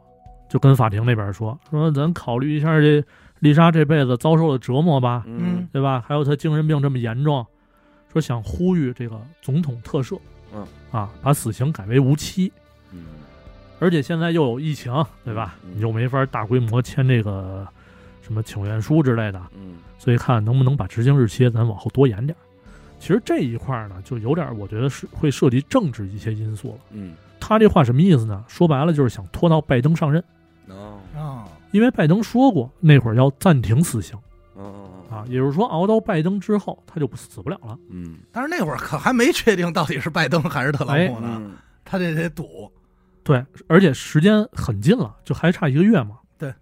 S3: 就跟法庭那边说说咱考虑一下这丽莎这辈子遭受的折磨吧，
S1: 嗯
S3: 对吧？还有她精神病这么严重，说想呼吁这个总统特赦，
S1: 嗯
S3: 啊，把死刑改为无期。
S1: 嗯
S3: 而且现在又有疫情，对吧？
S1: 嗯
S3: 你又没法大规模签这个什么请愿书之类的，
S1: 嗯
S3: 所以看能不能把执行日期咱往后多延点儿。其实这一块儿呢，就有点儿我觉得是会涉及政治一些因素了。
S1: 嗯，
S3: 他这话什么意思呢？说白了就是想拖到拜登上任，
S1: 哦
S2: 啊，
S3: 因为拜登说过那会儿要暂停死刑
S1: 哦
S3: 啊，，也就是说熬到拜登之后他就不死不了了。
S1: 嗯
S2: 但是那会儿可还没确定到底是拜登还是特朗普
S3: 哎
S2: 呢，
S1: 嗯
S2: 他这得赌，
S3: 对，而且时间很近了，就还差一个月嘛。
S2: 对，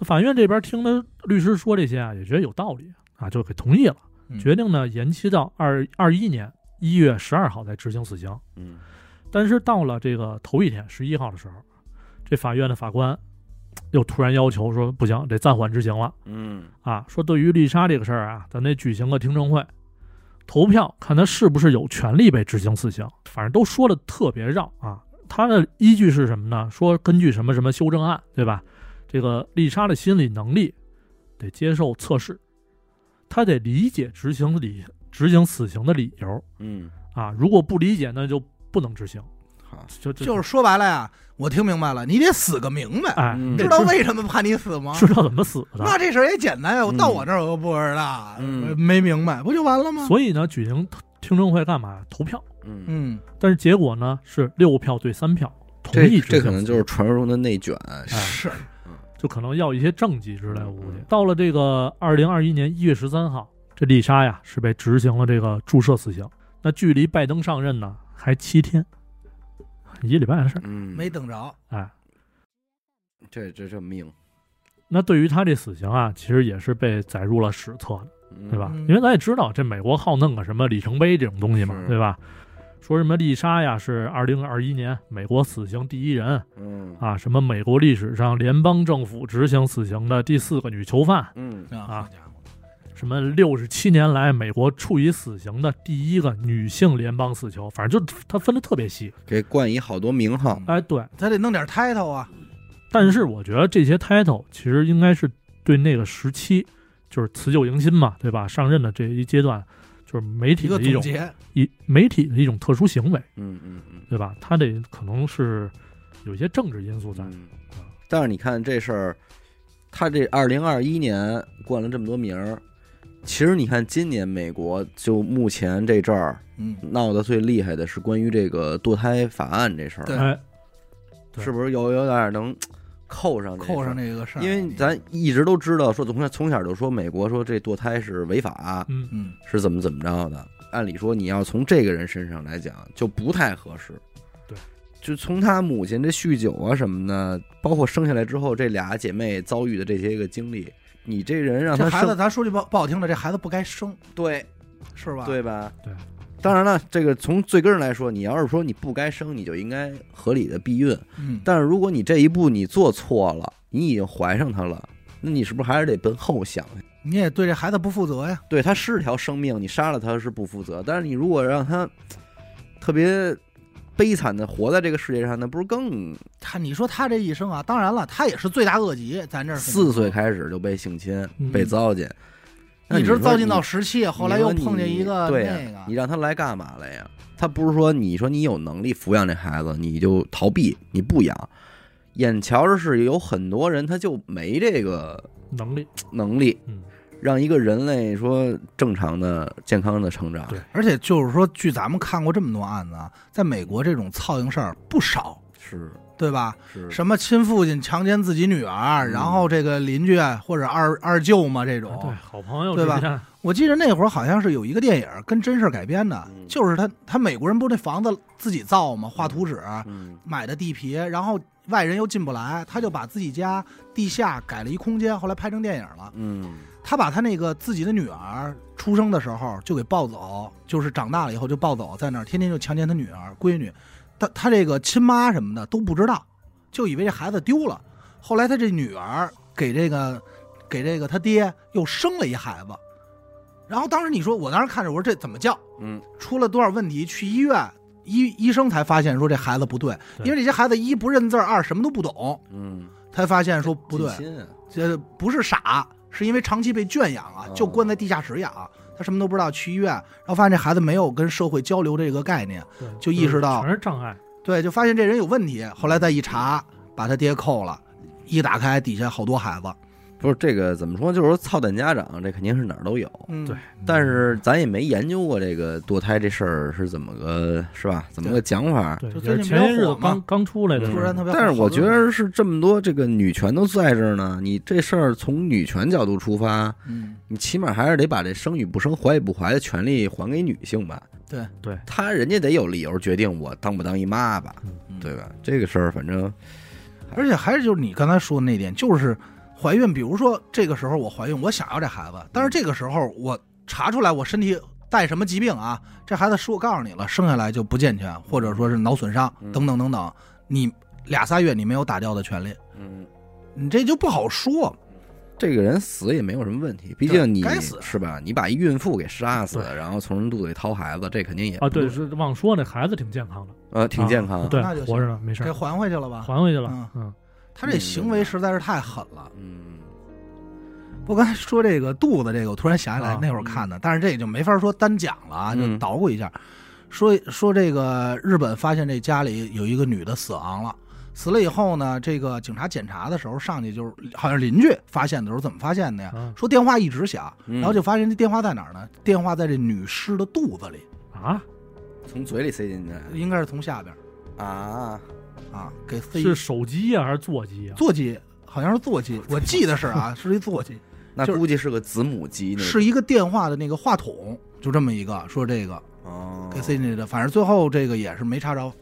S3: 法院这边听他律师说这些啊，也觉得有道理啊，就给同意了，
S2: 嗯
S3: 决定呢延期到二二一年一月十二号再执行死刑。
S1: 嗯
S3: 但是到了这个头一天十一号的时候，这法院的法官又突然要求说，不行，得暂缓执行了
S1: 嗯
S3: 啊！说对于丽莎这个事儿啊，咱得举行个听证会，投票看她是不是有权利被执行死刑。反正都说的特别绕啊。他的依据是什么呢？说根据什么什么修正案，对吧？这个丽莎的心理能力得接受测试，她得理解执行理执行死刑的理由
S1: 嗯，
S3: 啊。如果不理解，那就不能执行。
S1: 好，
S3: 就就
S2: 就是说白了呀，我听明白了，你得死个明白，
S3: 哎，
S1: 嗯
S3: 你得
S2: 知道为什么判你死吗？
S3: 知道怎么死的。
S2: 那这事儿也简单呀，我
S1: 嗯
S2: 到我这儿我又不知道，
S1: 嗯
S2: 呃没明白，不就完了吗？
S3: 所以呢，举行听证会干嘛？投票。
S1: 嗯，
S2: 嗯，
S3: 但是结果呢是六票对三票同
S1: 这
S3: 意执
S1: 这
S3: 行
S1: 可能就是传说中的内卷，
S3: 哎
S2: 是
S3: 就可能要一些政绩之类，我估
S1: 嗯
S3: 计
S1: 嗯。
S3: 到了这个二零二一年一月十三号，这丽莎呀是被执行了这个注射死刑。那距离拜登上任呢还七天，一礼拜的事儿。
S1: 嗯，
S2: 没等着，啊
S3: 哎，
S1: 这这这命，
S3: 那对于他这死刑啊，其实也是被载入了史册的。
S1: 嗯
S3: 对吧？
S2: 嗯
S3: 因为咱也知道，这美国好弄个什么里程碑这种东西嘛，
S1: 是
S3: 对吧？说什么丽莎呀是二零二一年美国死刑第一人
S1: 嗯
S3: 啊，什么美国历史上联邦政府执行死刑的第四个女囚犯，
S1: 嗯
S2: 啊，
S3: 啊
S2: 好家伙，
S3: 什么六十七年来美国处以死刑的第一个女性联邦死囚，反正就他分的特别细。
S1: 给冠以好多名号，
S3: 哎，对，
S2: 嗯咱得弄点 title 啊，
S3: 但是我觉得这些 title 其实应该是对那个时期，就是辞旧迎新嘛，对吧？上任的这一阶段，就是媒体
S2: 一个
S3: 的一
S2: 总
S3: 种
S2: 结，
S3: 一媒体的一种特殊行为。
S1: 嗯嗯嗯
S3: 对吧？他得可能是有一些政治因素在。
S1: 嗯，
S2: 啊
S1: 但是你看这事儿，他这二零二一年冠了这么多名儿，其实你看今年美国就目前这阵儿
S2: 嗯，
S1: 闹得最厉害的是关于这个堕胎法案这事儿，
S2: 对
S3: 哎，对
S1: 是不是有有点儿能扣上这事儿
S2: 扣上这个事儿，
S1: 因为咱一直都知道，说从小从小就说美国说这堕胎是违法，
S3: 嗯，
S2: 嗯，
S1: 是怎么怎么着的。按理说，你要从这个人身上来讲，就不太合适。
S3: 对，
S1: 就从他母亲这酗酒啊什么的，包括生下来之后这俩姐妹遭遇的这些个经历，你这人让
S2: 这
S1: 他
S2: 孩子
S1: 生，
S2: 咱说句不不好听的，这孩子不该生，
S1: 对
S2: 是吧？
S1: 对吧？当然了，这个从最根儿上来说，你要是说你不该生，你就应该合理的避孕。
S2: 嗯，
S1: 但是如果你这一步你做错了，你已经怀上他了，那你是不是还是得奔后想呀？
S2: 你也对这孩子不负责呀。
S1: 对他是条生命，你杀了他是不负责，但是你如果让他特别悲惨的活在这个世界上，那不是更
S2: 他你说他这一生啊，当然了，他也是罪大恶极，咱这儿肯定
S1: 四岁开始就被性侵、
S3: 嗯
S1: 被糟践，那
S2: 嗯一
S1: 你说
S2: 直糟践
S1: 你
S2: 到十七，后来又碰见一个
S1: 你说你对呀、
S2: 那个
S1: 你，让他来干嘛来呀？他不是说你说你有能力抚养这孩子，你就逃避，你不养。眼瞧着是有很多人他就没这个
S3: 能力，
S1: 能力，
S3: 嗯，
S1: 让一个人类说正常的、健康的成长。
S3: 对
S2: 而且就是说，据咱们看过这么多案子啊，在美国这种操蝇事儿不少，
S1: 是
S2: 对吧？
S1: 是
S2: 什么亲父亲强奸自己女儿，
S1: 嗯
S2: 然后这个邻居啊或者二二舅嘛这
S3: 啊对，
S2: 种。
S3: 好朋友
S2: 对吧
S3: 之间，
S2: 我记得那会儿好像是有一个电影跟真事儿改编的
S1: 嗯，
S2: 就是他他美国人不那房子自己造嘛，画图纸
S1: 嗯
S2: 买的地皮，然后外人又进不来，他就把自己家地下改了一空间，后来拍成电影了。
S1: 嗯
S2: 他把他那个自己的女儿出生的时候就给抱走，就是长大了以后就抱走，在那儿天天就强奸他女儿闺女，他他这个亲妈什么的都不知道，就以为这孩子丢了。后来他这女儿给这个给这个他爹又生了一孩子，然后当时你说我当时看着我说这怎么叫？
S1: 嗯，
S2: 出了多少问题？去医院医医生才发现说这孩子不对，
S3: 对
S2: 因为这些孩子一不认字儿，二什么都不懂，
S1: 嗯，
S2: 才发现说不对，
S1: 近亲啊
S2: 这不是傻，是因为长期被圈养啊
S1: 哦，
S2: 就关在地下室养，他什么都不知道，去医院，然后发现这孩子没有跟社会交流这个概念，
S3: 对
S2: 就意识到
S3: 全是障碍，
S2: 对，就发现这人有问题，后来再一查，把他爹扣了，一打开底下好多孩子，
S1: 不是这个怎么说？就是说操蛋家长，这肯定是哪儿都有。
S2: 嗯，
S3: 对，
S1: 但是咱也没研究过这个堕胎这事儿是怎么个是吧？怎么个讲法？
S3: 对，
S2: 就
S3: 也
S2: 最
S3: 是
S2: 近
S3: 前些日
S2: 比较
S3: 子
S2: 火嘛
S3: 刚刚出来
S1: 嗯
S3: 的时
S2: 突
S3: 候，
S2: 然特别好，
S1: 但是我觉
S2: 好多人，
S1: 得是这么多这个女权都在这儿呢，你这事儿从女权角度出发，
S2: 嗯，
S1: 你起码还是得把这生与不生、怀与不怀的权利还给女性吧。
S2: 对
S3: 对
S1: 她人家得有理由决定我当不当姨妈吧，
S2: 嗯
S1: 对吧？这个事儿反正
S2: 而且还是就是你刚才说的那点，就是怀孕，比如说这个时候我怀孕，我想要这孩子，但是这个时候我查出来我身体带什么疾病啊，这孩子说我告诉你了，生下来就不健全，或者说是脑损伤
S1: 嗯
S2: 等等等等，你俩仨月你没有打掉的权利，
S1: 嗯，
S2: 你这就不好说。
S1: 这个人死也没有什么问题，毕
S2: 对
S1: 竟你
S2: 该死
S1: 是吧？你把一孕妇给杀死，
S3: 对
S1: 然后从人肚子里掏孩子，这肯定也
S3: 啊，
S1: 不
S3: 对，是忘说那孩子挺健康的，
S1: 呃挺
S3: 啊
S1: 健康，
S3: 对
S2: 那就，行
S3: 活着呢，没事
S2: 给
S3: 儿，
S2: 还回去了吧？
S3: 还回去了
S2: 嗯，
S3: 嗯，
S2: 他这行为实在是太狠了。
S1: 嗯，
S2: 我刚才说这个肚子这个，我突然想起来
S3: 啊
S2: 那会儿看的，但是这也就没法说单讲了啊，就
S1: 嗯
S2: 捣鼓一下。说说这个日本发现这家里有一个女的死亡了，死了以后呢，这个警察检查的时候上去就是好像邻居发现的时候怎么发现的呀？
S3: 啊
S2: 说电话一直响，
S1: 然
S2: 嗯然后就发现这电话在哪儿呢？电话在这女尸的肚子里，
S3: 啊，
S1: 从嘴里塞进去
S2: 应该是从下边儿
S1: 啊，
S2: 啊给塞
S3: 是手机啊呀还是座机呀？
S2: 座机，好像是座机，我记得是啊，是一座机。
S1: 那
S2: 就是
S1: 估计是个子母鸡，那
S2: 是一个电话的那个话筒，就这么一个说这个
S1: 哦
S2: 给塞进去的，反正最后这个也是没查着，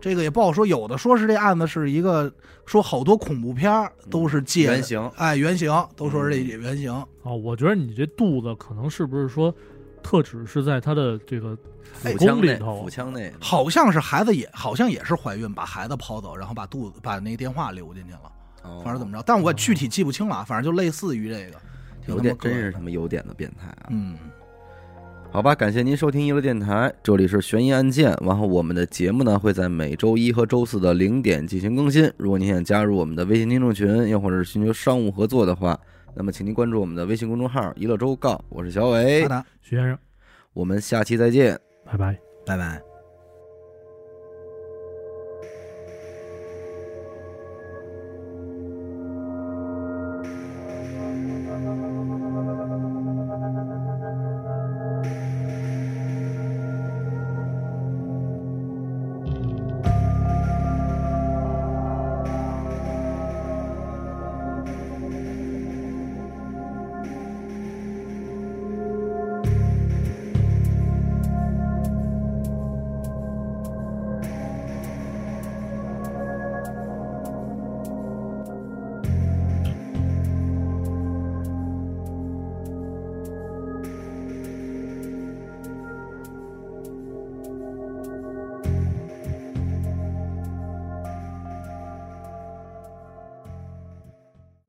S2: 这个也不好说。有的说是这案子是一个说好多恐怖片儿都是借
S1: 嗯
S2: 的
S1: 原型，嗯
S2: 哎原型都说是这原型，
S3: 啊，我觉得你这肚子可能是不是说，特指是在他的这个子
S1: 腹
S3: 宫
S1: 腔
S3: 里
S1: 内，
S3: 头
S1: 腹，腔内，
S2: 好像是孩子也好像也是怀孕把孩子抛走，然后把肚子把那个电话留进去了，
S1: 反
S2: 反正怎么着，但我具体记不清了，啊反正就类似于这个，挺
S1: 哦有
S2: 他妈
S1: 点
S2: 膈
S1: 真
S2: 应
S1: 是
S2: 的
S1: 他妈有点的变态啊！
S2: 嗯，
S1: 好吧，感谢您收听娱乐电台，这里是悬疑案件。然后我们的节目呢会在每周一和周四的零点进行更新。如果您想加入我们的微信听众群，又或者是寻求商务合作的话，那么请您关注我们的微信公众号“娱乐周告”。我是小伟
S2: 好，的，
S3: 徐先生，
S1: 我们下期再见。
S3: 拜拜。
S2: 拜拜。